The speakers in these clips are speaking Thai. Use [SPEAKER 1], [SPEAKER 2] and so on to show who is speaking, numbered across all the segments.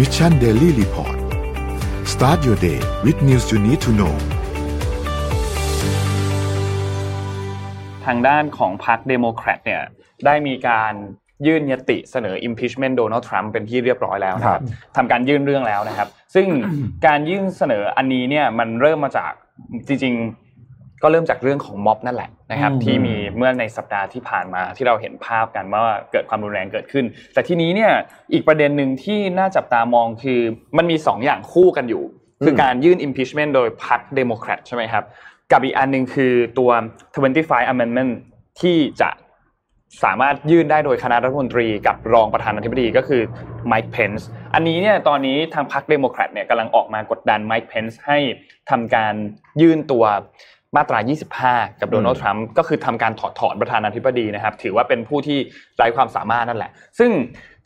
[SPEAKER 1] Mission Daily Report start your day with news you need to know
[SPEAKER 2] ทางด้านของพรรคเดโมแครตเนี่ยได้มีการยื่นยติเสนอ impeachment โดนัลด์ทรัมป์เป็นที่เรียบร้อยแล้วนะครับทำการยื่นเรื่องแล้วนะครับ ซึ่ง การยื่นเสนออันนี้เนี่ยมันเริ่มมาจากจริงๆ ก็เริ่มจากเรื่องของม็อบนั่นแหละนะครับ
[SPEAKER 3] อืม
[SPEAKER 2] ที่มีเมื่อในสัปดาห์ที่ผ่านมาที่เราเห็นภาพกันว่าเกิดความรุนแรงเกิดขึ้น แต่ทีนี้เนี่ยอีกประเด็นหนึ่งที่น่าจับตามองคือมันมีสองอย่างคู่กันอยู่ คือการยื่น impeachment โดยพรรคเดโมแครตใช่ไหมครับ กับอีกอันหนึ่งคือตัว 25 amendment ที่จะสามารถยื่นได้โดยคณะรัฐมนตรีกับรองประธานาธิบดีก็คือไมค์เพนส์อันนี้เนี่ยตอนนี้ทางพรรคเดโมแครตเนี่ยกำลังออกมากดดันไมค์เพนส์ให้ทำการยื่นตัวมาตรา 25 กับโดนัลด์ทรัมป์ก็คือทำการถอดถอนประธานาธิบดีนะครับ ถือว่าเป็นผู้ที่ไร้ความสามารถนั่นแหละ ซึ่ง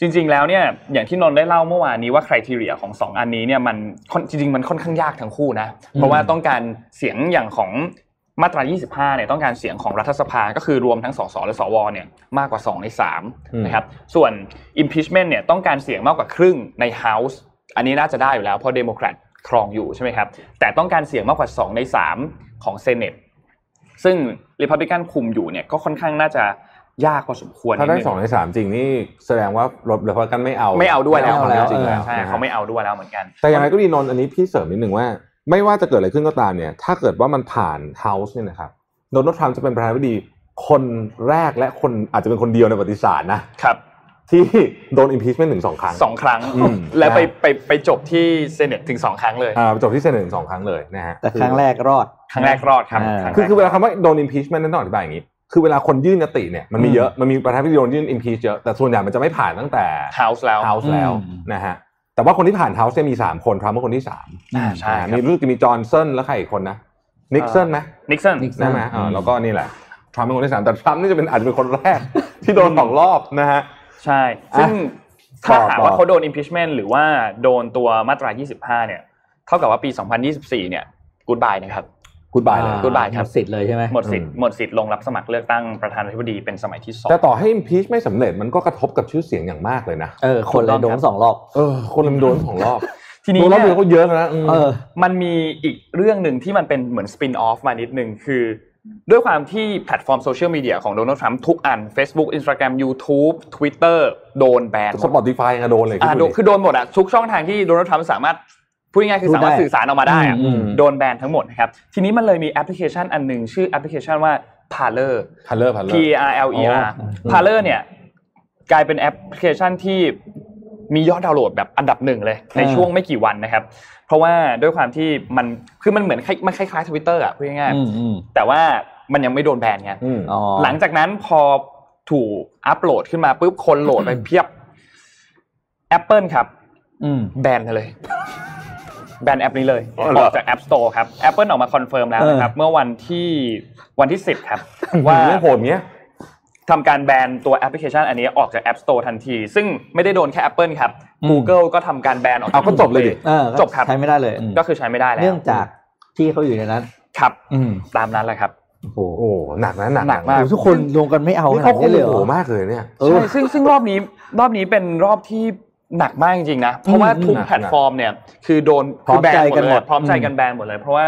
[SPEAKER 2] จริง ๆ แล้วเนี่ยอย่างที่นนท์ได้เล่าเมื่อวานนี้ว่าใครทีเรียของสองอันนี้เนี่ยมันค่อนจริง ๆ มันค่อนข้างยากทั้งคู่นะเพราะว่าต้องการเสียงอย่างของ มาตรา 25 เนี่ยต้องการเสียงของรัฐสภา ก็คือรวมทั้งสสและสว เนี่ยมากกว่า 2 ใน
[SPEAKER 3] อื
[SPEAKER 2] 3
[SPEAKER 3] ม
[SPEAKER 2] นะครับ ส่วน impeachment เนี่ยต้องการเสียงมากกว่าครึ่งใน House อันนี้น่าจะได้อยู่แล้วเพราะเดโมแครตครองอยู่ใช่ไหมครับ แต่ต้องการเสียงมากกว่า 2 ใน 3 ของ Senate ซึ่ง Republican คุมอยู่เนี่ยก็ค่อนข้างน่าจะยากพอสมควร
[SPEAKER 3] ถ้าได้
[SPEAKER 2] นินึ
[SPEAKER 3] สองในสามจริงนี่แสดงว่ารถเดพอกันไม่เอา
[SPEAKER 2] ไม่เอาด้วยแล้ว
[SPEAKER 3] ไม่
[SPEAKER 2] แล้ว
[SPEAKER 3] เออ
[SPEAKER 2] ใช่
[SPEAKER 3] นะฮะ
[SPEAKER 2] เขาไม่เอาด้วยแล้วเหมือนกัน
[SPEAKER 3] แต่อย่างไรก็ดีนนท์อันนี้พี่เสริมนิดหนึ่งว่า ไม่ว่าจะเกิดอะไรขึ้นก็ตามเนี่ย ถ้าเกิดว่ามันผ่านเฮาส์เนี่ยนะครับโดนัลด์ทรัมป์จะเป็นประธานาธิบดีคนแรกและคนอาจจะเป็นคนเดียวในประวัติศาสตร์นะครับ ที่โดน impeachment ถึงสองครั้ง
[SPEAKER 2] สองครั้ง
[SPEAKER 3] อืม
[SPEAKER 2] และไปไปไปจบที่ Senate ถึงสองครั้งเลย
[SPEAKER 3] อ่าจบที่เซนหนึ่งสองครั้งเลยนะฮะ
[SPEAKER 4] แต่ครั้งแรกรอด
[SPEAKER 2] ครั้งแรกรอดครับ
[SPEAKER 4] อ่า
[SPEAKER 2] รั้งแรก
[SPEAKER 3] คือคือเวลาคำว่าโดน impeachment นั้นต้องอธิบายอย่างนี้ คือเวลาคนยื่นยติเนี่ยมันมีเยอะ มันมีประธานาธิบดีโดนยื่น impeach เยอะ แต่ส่วนใหญ่มันจะไม่ผ่านตั้งแต่
[SPEAKER 2] House แล้ว
[SPEAKER 3] House แล้ว
[SPEAKER 4] อืม
[SPEAKER 3] นะฮะ แต่ว่าคนที่ผ่าน House เนี่ยมี 3 คนทรัมป์เป็นคนที่3
[SPEAKER 4] อ่า
[SPEAKER 2] ใช่ครั
[SPEAKER 3] มี
[SPEAKER 2] บ
[SPEAKER 3] รู้สึกมีจอห์นสันแล้วใครอีกคนนะนิกสันไหม
[SPEAKER 2] นิกสัน
[SPEAKER 4] Nixon
[SPEAKER 3] ใช่ไหมเออ
[SPEAKER 4] อืม
[SPEAKER 3] แล้วก็นี่แหละทรัมป์เป็นคนที่สามแต่ทรัมป์นี่จะเป็นอาจจะเป็นคนแรก ที่โดนสองรอบนะฮะ
[SPEAKER 2] ใช่ ซึ่ง
[SPEAKER 3] ต่
[SPEAKER 2] ถ้า
[SPEAKER 3] อ
[SPEAKER 2] หาก
[SPEAKER 3] ต่อ
[SPEAKER 2] ว่าเขาโดน impeachment หรือว่าโดนตัวมาตรา 25 เนี่ย เท่ากับว่าปี 2024 เนี่ย goodbye นะครับ
[SPEAKER 3] กูดบายเลย
[SPEAKER 4] อ่
[SPEAKER 2] goodbye ครับ
[SPEAKER 4] หมดสิทธิ์เลยใช่ไหม
[SPEAKER 2] หมดสิทธิ์
[SPEAKER 3] อืม
[SPEAKER 2] หมดสิทธิ์ลงรับสมัครเลือกตั้งประธานาธิบดีเป็นสมัยที่สอง
[SPEAKER 3] แต่ต่อให้ impeach ไม่สำเร็จมันก็กระทบกับชื่อเสียงอย่างมากเลยนะ
[SPEAKER 4] เออ คนเลยโดนสองรอบ
[SPEAKER 3] เออคนมันโดนสองรอบ
[SPEAKER 2] ทีนี้
[SPEAKER 3] โดนรอบเดี
[SPEAKER 2] เนี่ย ย
[SPEAKER 3] วก็เยอะนะอืม
[SPEAKER 4] เออ
[SPEAKER 2] มันมีอีกเรื่องหนึ่งที่มันเป็นเหมือนสปินออฟมานิดนึงคือ ด้วยความที่แพลตฟอร์มโซเชียลมีเดียของโดนัลด์ทรัมป์ทุกอัน Facebook Instagram YouTube Twitter โดนแบนหมด
[SPEAKER 3] สปอติฟายอะโดนเลย
[SPEAKER 2] อ่า
[SPEAKER 3] คิด
[SPEAKER 2] โด
[SPEAKER 3] ดู
[SPEAKER 2] น
[SPEAKER 3] ดิ
[SPEAKER 2] คือโดนหมดอะทุกช่องทางที่โดนัลด์ทรัมป์สามารถพูดง่ายๆคือ
[SPEAKER 4] รู้
[SPEAKER 2] สามารถ
[SPEAKER 4] ได้
[SPEAKER 2] สื่อสารออกมาได้อะ
[SPEAKER 4] อืม
[SPEAKER 2] โดนแบนทั้งหมดนะครับ ทีนี้มันเลยมีแอปพลิเคชันอันหนึ่งชื่อแอปพลิเคชันว่า Parler
[SPEAKER 3] พันเลอร์พันเล
[SPEAKER 2] P
[SPEAKER 3] อ
[SPEAKER 2] A R
[SPEAKER 3] ร์
[SPEAKER 2] L E
[SPEAKER 3] อ๋
[SPEAKER 2] R
[SPEAKER 3] อ
[SPEAKER 2] Parler เนี่ยกลายเป็นแอปพลิเคชันที่มียอดดาวน์โหลดแบบอันดับหนึ่งเลย ในช่วงไม่กี่วันนะครับ เพราะว่าด้วยความที่มันคือมันเหมือนคล้ายมันคล้ายๆทวิตเตอร์อะพูดง่าย
[SPEAKER 4] อืมอืม
[SPEAKER 2] ๆแต่ว่ามันยังไม่โดนแบนไง
[SPEAKER 3] อืม
[SPEAKER 4] อ๋อ
[SPEAKER 2] หลังจากนั้นพอถูกอัปโหลดขึ้นมาปุ๊บคนโหลดไปเพียบ Apple ครับ
[SPEAKER 4] อืม
[SPEAKER 2] แบนเลย แบนแอปนี้เลย
[SPEAKER 3] อ๋อเหร
[SPEAKER 2] อ
[SPEAKER 3] อ
[SPEAKER 2] อกจาก App Store ครับ Apple ออกมาคอนเฟิร์มแล้วนะครับ เมื่อวันที่วันที่ 10 ครับ ว่า
[SPEAKER 3] เรื่องโหดเนี้ย
[SPEAKER 2] ทำการแบนตัวแอปพลิเคชันอันนี้ออกจาก App Store ทันที ซึ่งไม่ได้โดนแค่ Apple ครับ
[SPEAKER 4] อืม
[SPEAKER 2] Google ก็ทำการแบนออกจา
[SPEAKER 3] เอา
[SPEAKER 2] ก
[SPEAKER 3] ก็จบเลยดิ
[SPEAKER 4] เออก็
[SPEAKER 2] จบครับ
[SPEAKER 4] ใช้ไม่ได้เลยอืม
[SPEAKER 2] ก็คือใช้ไม่ได้แล้ว
[SPEAKER 4] เนื่องจากที่เขาอยู่ในนั้น
[SPEAKER 2] ครับ
[SPEAKER 4] อืม
[SPEAKER 2] ตามนั้นแหละครับ
[SPEAKER 4] โอ้
[SPEAKER 3] โอ้ หนักนะหนักะ
[SPEAKER 2] หนักมาก
[SPEAKER 4] ทุกคนรวมกันไม่เอา
[SPEAKER 3] นี่
[SPEAKER 4] ขนา
[SPEAKER 3] เขาโค
[SPEAKER 4] ดนี้เลยเหร
[SPEAKER 3] โห
[SPEAKER 4] อ
[SPEAKER 3] มากเลยเนี่ย
[SPEAKER 4] เออ
[SPEAKER 2] ใช่ซึ่งซึ่งรอบนี้รอบนี้เป็นรอบที่หนักมากจริงๆนะ เพราะว่า
[SPEAKER 4] อืม
[SPEAKER 2] ทุก
[SPEAKER 3] หนัก
[SPEAKER 2] แพลตฟอร์มเนี่ยคือโดน
[SPEAKER 4] พร้อมใจ
[SPEAKER 2] คืแบ
[SPEAKER 4] กันห
[SPEAKER 2] เล
[SPEAKER 4] มด
[SPEAKER 2] ยพร้อมใจกันแบนหมดเลย เพราะว่า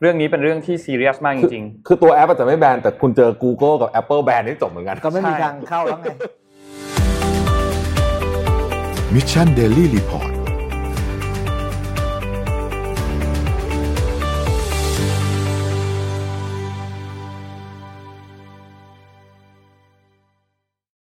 [SPEAKER 2] เรื่องนี้เป็นเรื่องที่ซีเรียสมากจริงๆ
[SPEAKER 3] คือตัวแอปอาจจะไม่แบน แต่คุณเจอ Google กับ Apple แบนนี่จบเหมือนกัน
[SPEAKER 4] ก็ไม่มี
[SPEAKER 2] ใช่
[SPEAKER 4] ทางเข้าแล้วไง
[SPEAKER 1] Mission Daily Report